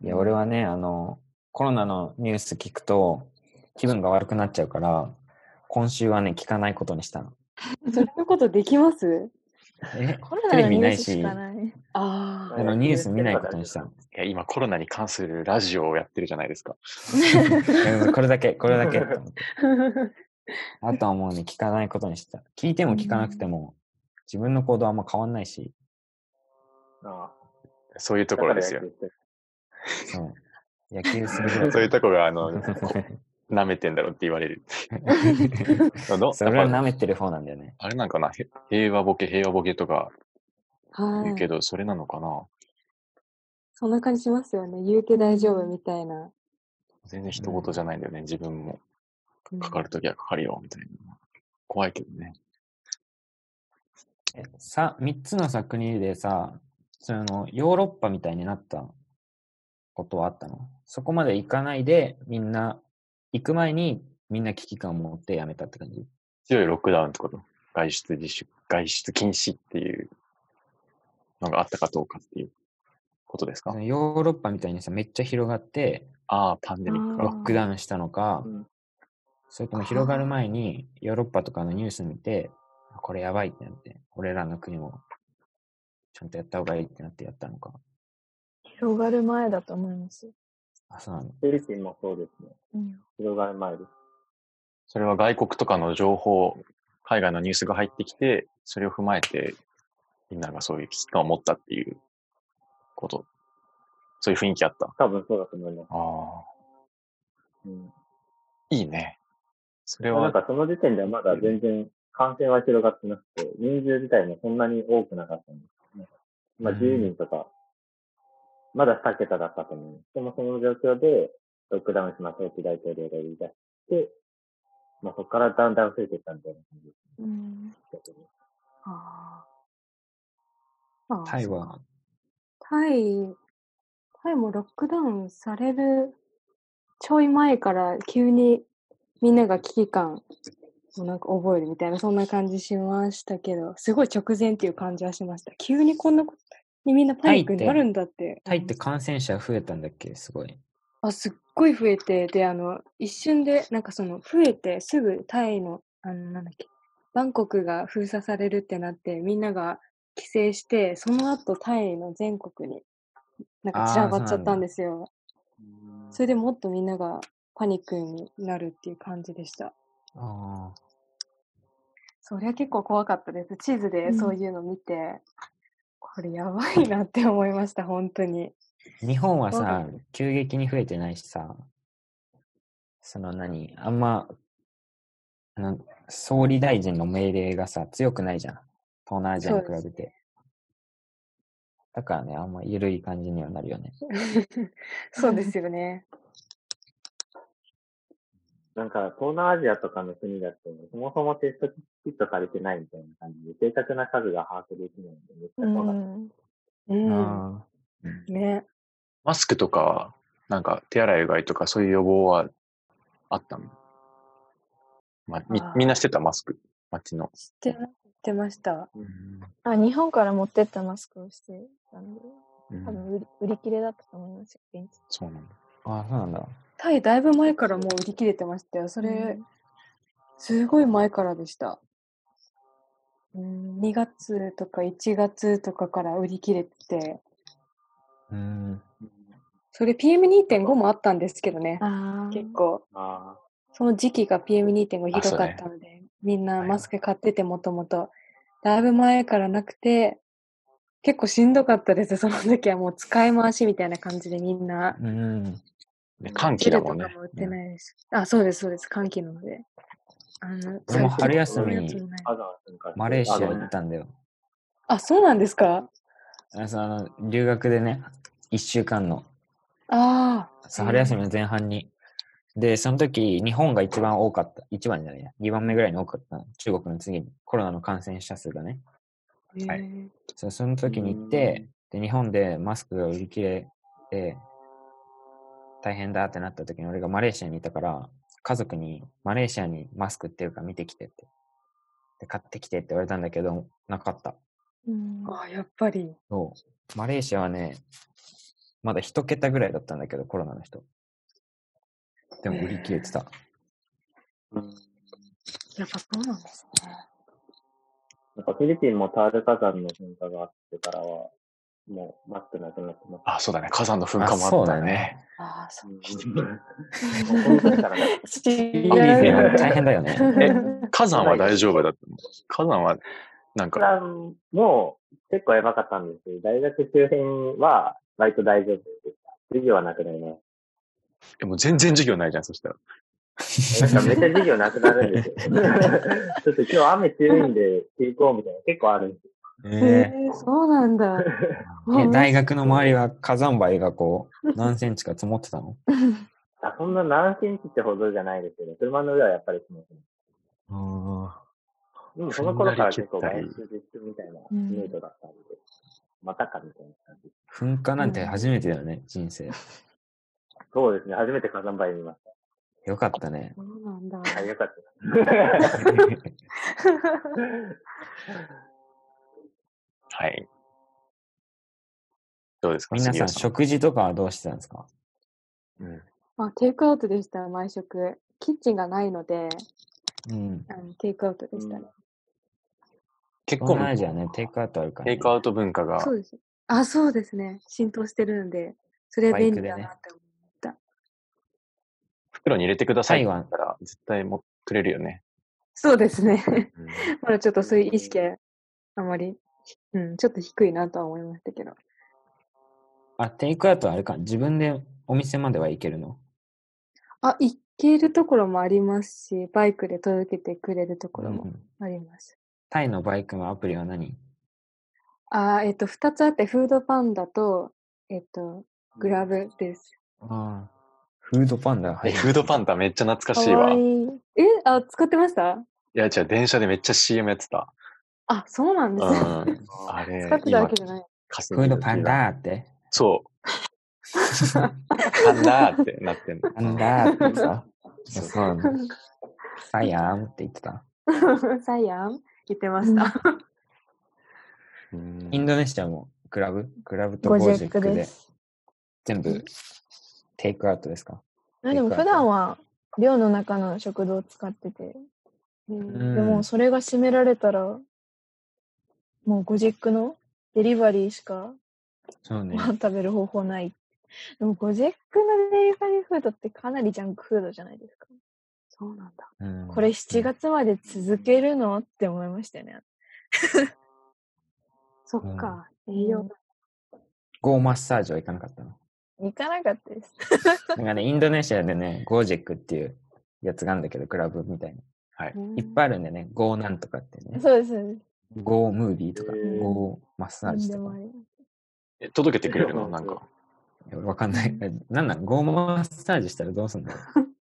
S2: いや、俺はね、あの、コロナのニュース聞くと気分が悪くなっちゃうから、今週はね、聞かないことにしたの。
S4: それのことできます
S2: (laughs) え
S3: コロ
S2: テ
S3: ナ
S2: レ
S3: の
S2: ビ
S3: ニュ
S2: な
S3: ー
S2: い
S3: ス
S2: し、
S3: しか
S2: あ
S3: ない。
S4: ああ。
S2: のニュース見ないことにしたの。
S1: いや、今コロナに関するラジオをやってるじゃないですか。
S2: うんこれだけ、これだけ (laughs) と思って。あとはもうね、聞かないことにした。聞いても聞かなくても、自分の行動はあんま変わんないし、
S5: あ
S1: そういう
S5: あ
S1: ところですよ。
S2: そう。野球するぐら
S1: (laughs)
S2: い
S1: そういうとこが、あの、舐めてんだろうって言われ (laughs) る。の
S2: それは
S1: やっぱ
S2: 舐めてる方なんだよね。
S1: あれなんかなへ平和ボケ、平和ボケとか言う
S4: (laughs) は
S1: け
S4: い。
S1: ど、それなのかな
S4: そんな感じしますよね。言うて大丈夫みたいな。
S1: 全然人事じゃないんだよね。自分も
S4: うん
S1: かかるときはかかるよ、みたいな。怖いけどね。
S2: えさ、三つのさ、国でさ、その、ヨーロッパみたいになったことはあったのそこまで行かないで、みんな、行く前にみんな危機感を持ってやめたって感じ
S1: 強いロックダウンってこと。外出自粛、外出禁止っていうのがあったかどうかっていうことですか、
S2: そのヨーロッパみたいにさ、めっちゃ広がって、
S1: ああ、パンデミック
S4: あ
S2: ロ
S1: か。
S2: ックダウンしたのか、
S5: うん
S2: それとも広がる前にヨーロッパとかのニュース見て、あこれやばいってなって、俺らの国もちゃんとやった方がいいってなってやったのか。
S3: (laughs) 広がる前だと思います。
S2: あ、そうなの。
S5: フィリピンもそうですね。
S3: うん、
S5: 広がる前です。
S1: それは外国とかの情報、海外のニュースが入ってきて、それを踏まえて、みんながそういう危機感を持ったっていうこと。そういう雰囲気あった。
S5: 多分そうだと思います。
S1: ああ。
S5: うん、
S1: いいね。それ
S5: なん
S1: は、
S5: かその時点ではまだ全然感染は広がってなくて、人数自体もそんなに多くなかったんです。なんかまあ
S2: うん
S5: 10人とか、まだ2桁だったと思うんです。でもその状況で、ロックダウンしましょうって大統領が言い出して、まあそこからだんだん増えていったみたいな感じで
S3: うん、
S5: すけどね。
S4: あーあー。
S2: タイは、
S4: タイ、タイもロックダウンされるちょい前から急にみんなが危機感をなんか覚えるみたいな、そんな感じしましたけど、すごい直前っていう感じはしました。急にこんなことにみんなパニックになるんだって。
S2: タイって感染者増えたんだっけすごい。
S4: あ、すっごい増えて、で、あの、一瞬で、なんかその、増えてすぐタイの、あの、なんだっけ、バンコクが封鎖されるってなって、みんなが帰省して、その後タイの全国に、なんか散らばっちゃったんですよ。それでもっとみんながパニックになるっていう感じでした。
S2: あ
S4: そりゃ結構怖かったです。地図
S3: う
S4: で
S3: ん
S4: そういうの見て、これやばいなって思いました、本当に。
S2: あ。日本は
S4: そうだ
S2: さ
S4: よ、
S2: 急激に増えてないしさ、その何、あんま、なん総理大臣の命令がさ、強くないじゃん。東南アジアに比
S4: そう
S2: べて。だからね、あんま緩い感じにはなるよね。
S4: そうですよね。
S5: なんか、東南アジアとかの国だと、そもそもテストキットされてないみたいな感じで、正確な数が把握できないんで、めっち
S3: う
S5: ゃ怖かった。
S3: ん、
S4: うん。
S2: あ
S4: ね。
S1: マスクとか、なんか手洗いうがいとかそういう予防はあったの、まあ、み
S4: あー
S1: みんなしてたマスク、街の。
S4: 知ってましてました。
S3: あ日本から持ってったマスクをしてたんで、
S1: うん
S3: 多分売り売り切れだったと思いますよ、現地。
S1: そうなんだ。
S2: あ、ああ、そうなんだ。
S4: タイだいぶ前からもう売り切れてましたよ。それ、
S3: うん
S4: すごい前からでした。うん、2月とか1月とかから売り切れてて、
S2: うーん。
S4: それ PM2.5 もあったんですけどね。
S3: ああ、
S4: 結構、
S5: あ
S4: その時期が PM2.5 ひ
S1: あそ
S4: ど
S1: う
S4: か
S1: ね
S4: ったので、みんな
S1: はい
S4: マスク買っててもともと、だいぶ前からなくて、結構しんどかったです。その時はもう使い回しみたいな感じでみんな、
S2: うーん。
S1: ね
S5: うん
S1: 歓
S4: ジ
S1: 喜
S4: ェ
S1: だ
S4: ルと
S1: もん
S4: か
S1: ね。
S4: も売ってないです。あ、そうです、そうです。換気なので。あの、
S2: 俺も春休
S4: そういうやつ
S2: み
S4: も、ない
S5: あ、アザー君から
S2: マレーシア
S5: あご
S2: に
S5: めん
S2: 行ったんだよ。
S4: あ、そうなんですか
S2: あその留学でね、1週間の、
S4: ああ。
S2: そう春休みの前半に。で、その時、日本が一番多かった。一番じゃないや。2番目ぐらいに多かったの。中国の次に。コロナの感染者数がね。
S4: へえ
S1: は
S2: そうその時に行って、で、日本でマスクが売り切れて、大変だってなった時に俺がマレーシアにいたから、家族にマレーシアにマスク売ってるから見てきてって。で、買ってきてって言われたんだけど、なかった。
S4: (laughs)
S3: うん
S4: ああ、やっぱり。
S2: そう。マレーシアはね、まだ一桁ぐらいだったんだけど、コロナの人。でも売り切れてた。
S4: やっぱそうなんですね。
S5: なんかフィリピンもタール火山の噴火があってからは、もうマスクなくなってます。
S1: あ、そうだね。火山の噴火も
S2: あ
S1: あ
S2: そ
S1: っ
S2: う
S1: た
S2: だ
S1: ね
S2: ね。
S4: ああ、そう。
S5: 本当ですからね。
S4: い
S2: フィリピン
S5: や
S2: は
S4: (laughs)
S2: 大変だよね。
S1: え火山は大丈夫だったの火山は、なんか、
S5: 普段も結構やばかったんですけど、大学周辺は割と大丈夫でした。授業はなくなりま
S1: えもう全然授業ないじゃん、そしたら。
S5: す。なんかめっちゃ授業なくなるんですよ。ちょっと今日雨強いんで休校みたいな結構あるんですよ。
S2: え
S4: えーそうなんだ。
S2: ーえ大学の周りは火山灰がこう、何センチか積もってたの
S5: あそんな何センチってほどじゃないですけど、車の上はやっぱりしますね。
S1: あ
S5: でもその頃から結構外出自粛みたいなムードだったんで、またかみたいな感じ。
S2: 噴火なんて初めてだよね、人生。
S5: そうですね、初めて火山灰見まし
S2: よかった (laughs) ね。
S4: そうなんだ。
S5: た。あ、よかったです。
S1: はい。どうですか
S2: 皆さん、
S1: 杉
S2: 食事とかはどうしてたんですか
S1: 尾うん
S4: まあ、テイクアウトでした、毎食。キッチンがないので、
S2: うん。
S4: あのテイクアウトでしたね。
S1: 結
S2: 東
S1: 構、
S2: 南アジアね、テイクアウトあるから、
S1: テ
S2: ね。
S1: イクアウト文化が
S4: そうです。あ、そうですね。浸透してるんで、それ便利だなって思った。
S1: 袋に入れてくださいって言ったら、絶対もくれるよね。
S4: そうですね。 (laughs)
S1: うん
S4: まだちょっとそういう意識は、あまり、うん、ちょっと低いなとは思いましたけど。
S2: あ、テイクアウトはあれか。自分でお店までは行けるの
S4: あ、行けるところもありますし、バイクで届けてくれるところ
S2: う
S4: も
S2: ん
S4: あります。
S2: タイのバイクのアプリは何
S4: あー、えっと、二つあって、フードパンダと、えっと、
S5: (laughs)
S4: グラブです。
S2: ああ。フードパンダ。
S1: え、フードパンダめっちゃ懐かしいわ。
S3: わい
S1: い
S3: い。
S4: え、あ、使ってました
S1: や、違う、電車でめっちゃ CM やってた。
S4: あ、そうなんで
S1: う
S4: す
S1: ん。
S4: ね。
S1: あれ、
S4: (laughs) 使ってたわけじゃない。
S1: 稼
S2: フ
S1: ぎ時
S2: ード
S1: が
S2: パンダーって。
S1: そう。パンダーってなってんの。
S2: パンダーって言ってた。いや
S1: そう
S2: (laughs) そうなんだ。サイアームって言ってた。
S4: サイアン言ってました。
S1: うん
S2: インドネシアもグラブグラブと
S3: ゴ
S2: ゴ
S3: ジェ
S2: ジェ
S3: ッ
S2: ック
S3: クで。
S2: です全部テイクアウトですか
S3: あでも普段は寮の中の食堂を使ってて、
S4: (laughs) うん
S3: でもそれが閉められたら、もうゴジェックのデリバリーしか
S2: そうね
S3: ご。飯食べる方法ない。でもゴジェックのデリバリーフードってかなりジャンクフードじゃないですか。
S4: そうなんだ。
S2: うん
S3: これ7月まで続けるのって思いましたよね。
S4: そっか。栄養
S2: ゴーマッサージは行かなかったの。
S3: 行かなかったです。
S2: なんかね、インドネシアでね、ゴージェックっていうやつがあるんだけど、クラブみたいな。いっぱいあるんでね、ゴーなんとかってね、
S3: そうです、そうです。
S2: ゴームービーとか
S5: へ、
S3: ー
S2: ゴーマッサー
S3: 何
S2: ジ
S3: で
S2: と
S3: もあ
S2: か
S3: り。
S1: え届けてくれる
S5: そ
S1: の
S5: う
S1: なんか。
S2: いやわかんない。 (laughs) なんなんゴーマッサージしたらどうすんの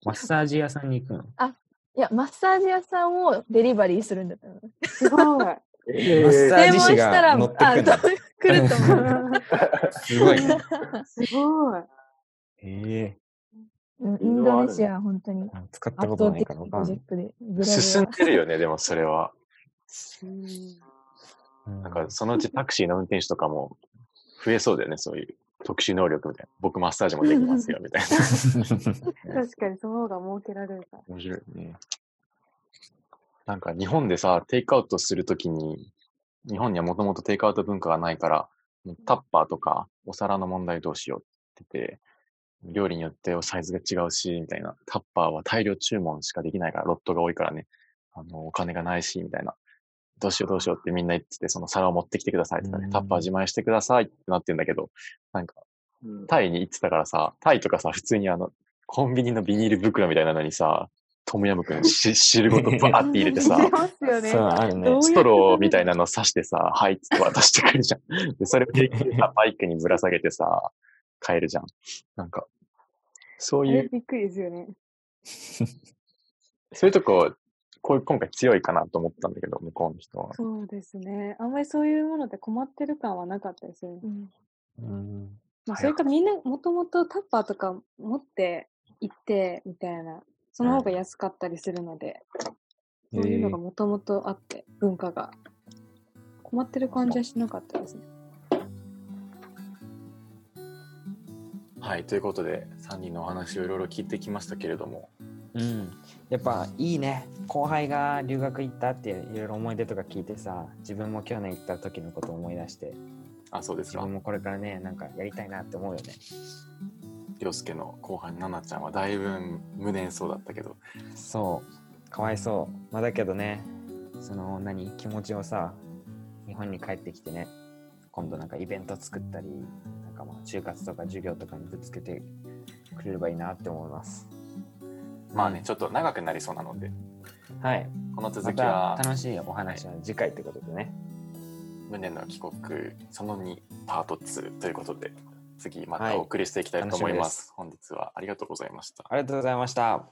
S2: マッサージ屋さんに行くの
S3: いや、マッサージ屋さんをデリバリーするんだったの。
S4: すごい。
S5: え
S2: マッサー
S3: 注
S2: ジ師
S3: 文したら、
S2: が乗ってく
S3: あ、
S2: んだ。
S3: と来ると思う。
S2: すごい
S3: (laughs)
S2: ね。
S4: すごい。
S2: へえ
S3: うんインドネシアは本当に
S2: あ使った
S3: 圧
S2: こと
S3: 倒
S2: ない
S3: 的
S2: からわ
S3: に
S2: か
S3: ゴ
S2: んな
S3: ジェ
S2: い
S3: ッ。クでグラ
S1: 進ん
S3: ブは
S1: でるよね、でもそれは。
S4: うん
S1: な
S2: なん
S1: か、そのうちタクシーの運転手とかも増えそうだよね、そういう特殊能力みたいな。僕マッサージもできますよ、みたいな。
S2: (laughs)
S4: 確かにその方が儲けられるから。
S1: 面白いね。なんか日本でさ、テイクアウトするときに、日本にはもともとテイクアウト文化がないから、もうタッパーとかお皿の問題どうしようって言ってて、料理によってサイズが違うし、みたいな。タッパーは大量注文しかできないから、ロットが多いからね、あの、お金がないし、みたいな。どうしようどうしようってみんな言ってて、その皿を持ってきてくださいとかね
S2: う、ん
S1: タッパー自前してくださいってなってんだけど、なんか、
S5: うん
S1: タイに行ってたからさ、タイとかさ、普通にあの、コンビニのビニール袋みたいなのにさ、トムヤムクンし汁ごとバーって入れてさ、
S4: (laughs) しますよね
S2: そう、。あるね
S4: ど。う
S1: ス
S4: や
S1: ト
S4: って食べる
S1: ローみたいなの刺してさ、はいっつって渡してくるじゃん。で、それを結局さ、バイクにぶら下げてさ、帰るじゃん。なんか、そ
S4: あ
S1: うい
S4: れ
S1: う、
S4: びっくりですよね。
S1: そういうとこ、こう今回強いかなと思ったんだけど、向こうの人は。
S4: そうですね。あんまりそういうもので困ってる感はなかったですよね。
S3: うん
S2: うん
S4: まあ、それかみんなもともとタッパーとか持って行ってみたいな、その方が安かったりするので、そういうのがもともとあって、文化が。困ってる感じはしなかったですね。
S1: はい、ということで、3人のお話をいろいろ聞いてきましたけれども、
S2: うん、やっぱいいね後輩が留学行ったっていろいろ思い出とか聞いてさ自分も去年行った時のことを思い出して
S1: あ、そうです
S2: 自
S1: か
S2: 分。もこれからねなんかやりたいなって思うよね
S1: 凌介の後輩、奈々ちゃんはだいぶ無念そうだったけど、
S2: そうかわいそう、まあ、だけどねその何気持ちをさ日本に帰ってきてね今度なんかイベント作ったりなんかまあ就活とか授業とかにぶつけてくれればいいなって思います
S1: まあね、ちょっと長くなりそうなので、
S2: はい
S1: この続
S2: ま
S1: き
S2: た
S1: は、
S2: 楽しいお話は次回ってことでね
S1: 無念の帰国その2パート2ということで、次またお送りしていきたいと思います。本日はありがとうございました。
S2: ありがとうございました